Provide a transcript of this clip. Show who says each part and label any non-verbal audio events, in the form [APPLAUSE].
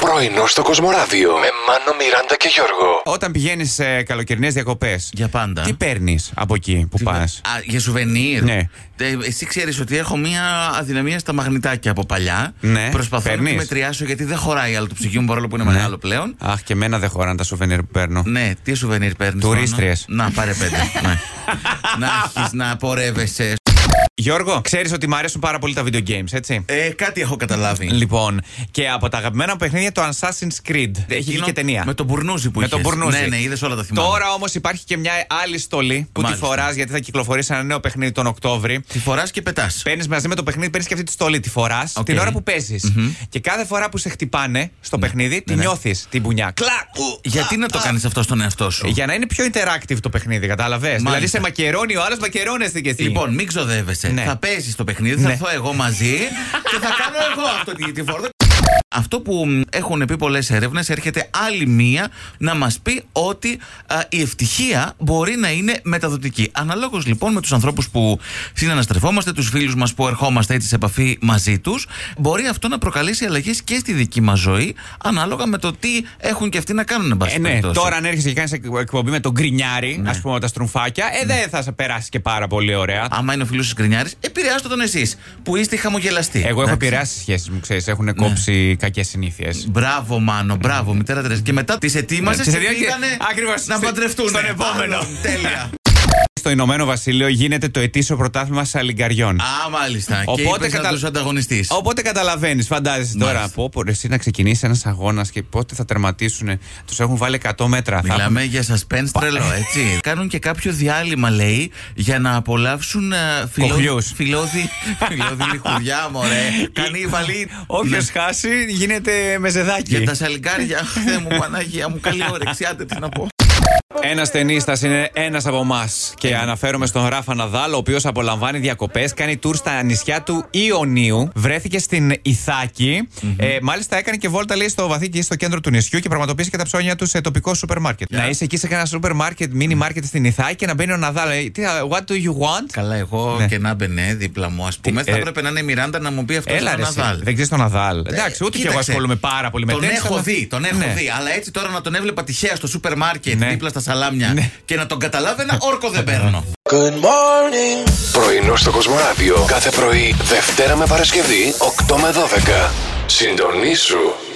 Speaker 1: Πρωινό στο Κοσμοράδιο με Μάνο, Μιράντα και Γιώργο.
Speaker 2: Όταν πηγαίνεις σε καλοκαιρινές διακοπές,
Speaker 3: Για πάντα.
Speaker 2: τι παίρνεις από εκεί που
Speaker 3: Τι
Speaker 2: πας.
Speaker 3: με- Α, για σουβενίρ.
Speaker 2: Ναι.
Speaker 3: Ε, εσύ ξέρεις ότι έχω μία αδυναμία στα μαγνητάκια από παλιά.
Speaker 2: Ναι.
Speaker 3: Προσπαθώ να
Speaker 2: Παίρνεις? Ναι.
Speaker 3: τη μετριάσω γιατί δεν χωράει άλλο το ψυγείο μου παρόλο που είναι μεγάλο πλέον.
Speaker 2: Αχ, και εμένα δεν χωράνε τα σουβενίρ που παίρνω.
Speaker 3: Ναι, τι σουβενίρ παίρνεις.
Speaker 2: Τουρίστριες.
Speaker 3: Να πάρε πέντε. ναι. να έχεις να πορεύεσαι.
Speaker 2: Γιώργο, ξέρεις ότι μου αρέσουν πάρα πολύ τα video games, έτσι.
Speaker 3: Ε, κάτι έχω καταλάβει.
Speaker 2: Λοιπόν, και από τα αγαπημένα μου παιχνίδια το Assassin's Creed. Έχει βγει
Speaker 3: Ε, Εκείνο
Speaker 2: και ταινία.
Speaker 3: Με τον Μπουρνούζι που
Speaker 2: Με
Speaker 3: είχες.
Speaker 2: τον Μπουρνούζη.
Speaker 3: Ναι, ναι, είδες όλα τα θυμάμαι.
Speaker 2: Τώρα όμως υπάρχει και μια άλλη στολή που
Speaker 3: Μάλιστα.
Speaker 2: τη φοράς γιατί θα κυκλοφορήσει ένα νέο παιχνίδι τον Οκτώβρη.
Speaker 3: Τη φοράς και πετάς.
Speaker 2: Παίρνεις μαζί με το παιχνίδι, παίρνεις και αυτή τη στολή. Τη φοράς
Speaker 3: Οκ.
Speaker 2: την ώρα που παιζει Και κάθε φορά που σε χτυπάνε στο παιχνίδι, τη
Speaker 3: Ναι, ναι.
Speaker 2: νιώθεις την μπουνιά. Κλακ! ου,
Speaker 3: Γιατί
Speaker 2: α,
Speaker 3: να το
Speaker 2: α.
Speaker 3: κάνεις αυτό στον εαυτό σου.
Speaker 2: Για να είναι πιο interactive το παιχνίδι, κατάλαβες.
Speaker 3: Μάλιστα.
Speaker 2: Δηλαδή σε μακερώνει ο άλλος, μακερώνεσαι και εσύ.
Speaker 3: Λοιπόν, μην ξοδεύεσαι.
Speaker 2: Ναι.
Speaker 3: Θα παίζει το παιχνίδι, θα
Speaker 2: Ναι.
Speaker 3: έρθω εγώ μαζί και θα κάνω εγώ αυτό τη, τη φόρτα. Αυτό που μ, έχουν πει πολλές έρευνες, έρχεται άλλη μία να μας πει ότι α, η ευτυχία μπορεί να είναι μεταδοτική. Αναλόγως λοιπόν με τους ανθρώπους που συναναστρεφόμαστε, τους φίλους μας που ερχόμαστε έτσι σε επαφή μαζί τους, μπορεί αυτό να προκαλέσει αλλαγές και στη δική μας ζωή, ανάλογα με το τι έχουν και αυτοί να κάνουν, εν πάση
Speaker 2: Ε, ναι,
Speaker 3: περιπτώσει.
Speaker 2: τώρα αν έρχεσαι και κάνεις εκπομπή με τον γκρινιάρι,
Speaker 3: Ναι.
Speaker 2: ας πούμε, τα στρουμφάκια, ε, δεν θα σε περάσει και πάρα πολύ ωραία.
Speaker 3: Άμα είναι ο φίλος της Γκρινιάρης, επηρεάστε τον εσείς που είστε χαμογελαστοί.
Speaker 2: Εγώ έχω
Speaker 3: Εντάξει. Ναι.
Speaker 2: επηρεάσει τις σχέσεις μου, ξέρεις. Έχουν κόψει κακές συνήθειες.
Speaker 3: Μπράβο, Μάνο, μπράβο, μητέρα Τερέζα. Και μετά τις ετοίμασες
Speaker 2: Ναι, τις
Speaker 3: και
Speaker 2: ετοίμασες και-
Speaker 3: πήγανε
Speaker 2: ακριβώς,
Speaker 3: να
Speaker 2: στη-
Speaker 3: παντρευτούν.
Speaker 2: στον επόμενο.
Speaker 3: Άλλον, Τέλεια.
Speaker 2: Στο Ηνωμένο Βασίλειο γίνεται το ετήσιο πρωτάθλημα σαλιγκαριών.
Speaker 3: Α, μάλιστα.
Speaker 2: Οπότε
Speaker 3: και είπες
Speaker 2: κατα-
Speaker 3: να τους ανταγωνιστείς.
Speaker 2: Οπότε καταλαβαίνεις, φαντάζεσαι τώρα.
Speaker 3: Μάλιστα.
Speaker 2: Πω, πω, ρε, εσύ να ξεκινήσεις ένας αγώνας και πότε θα τερματίσουν. Τους έχουν βάλει 100 μέτρα. θα έχουν-
Speaker 3: Μιλάμε για suspense τρελό, έτσι. Κάνουν και κάποιο διάλειμμα, λέει, για να απολαύσουν ε, φιλό...
Speaker 2: Κοχλιούς.
Speaker 3: φιλόδι. Φιλόδι λιχουδιά, μωρέ. Κανίβαλοι.
Speaker 2: Όποιο
Speaker 3: Ναι.
Speaker 2: χάσει γίνεται με ζεδάκι.
Speaker 3: Για τα σαλιγκάρια. Αχ, Θεέ μου, Παναγία μου, καλή όρεξη. Άντε, τι να πω.
Speaker 2: Ένας ταινίστας είναι ένας από εμάς. Και αναφέρομαι στον Ράφα Ναδάλ, ο οποίος απολαμβάνει διακοπές, κάνει τουρ στα νησιά του Ιωνίου. Βρέθηκε στην ιθακη Ε, μάλιστα έκανε και βόλτα, λέει, στο βαθύ και στο κέντρο του νησιού και πραγματοποίησε και τα ψώνια του σε τοπικό σούπερ μάρκετ. Να είσαι εκεί σε κανένα σούπερ μάρκετ, μίνι μάρκετ στην Ιθάκη και να μπαίνει ο Ναδάλ. λέει, «Τι, uh, What do you want?
Speaker 3: Καλά, εγώ
Speaker 2: Ναι.
Speaker 3: και να μπαινε δίπλα μου, ας πούμε.
Speaker 2: Τι,
Speaker 3: θα
Speaker 2: ε,
Speaker 3: έπρεπε να είναι η Μιράντα να μου πει αυτό
Speaker 2: Έλα
Speaker 3: στον
Speaker 2: ρε, εσύ.
Speaker 3: Ναδάλ. Ε,
Speaker 2: δεν ξέρεις τον Ναδάλ. Εντάξει, ούτε κι εγώ
Speaker 3: κοίταξε,
Speaker 2: ασχολούμαι πάρα πολύ με
Speaker 3: Τον
Speaker 2: τέννις,
Speaker 3: έχω
Speaker 2: αλλά-
Speaker 3: δει, τον έχω
Speaker 2: Ναι.
Speaker 3: δει. Αλλά έτσι τώρα να τον έβλεπα τυχαία στο σούπερ μάρκετ
Speaker 2: Ναι.
Speaker 3: δίπλα στα σαλάμια
Speaker 2: Ναι.
Speaker 3: και να τον καταλάβαινα, όρκο δεν
Speaker 2: [LAUGHS]
Speaker 3: παίρνω.
Speaker 1: Πρωινό στο Κοσμοράδιο κάθε πρωί, Δευτέρα με Παρασκευή, 8 με 12. Συντονίσου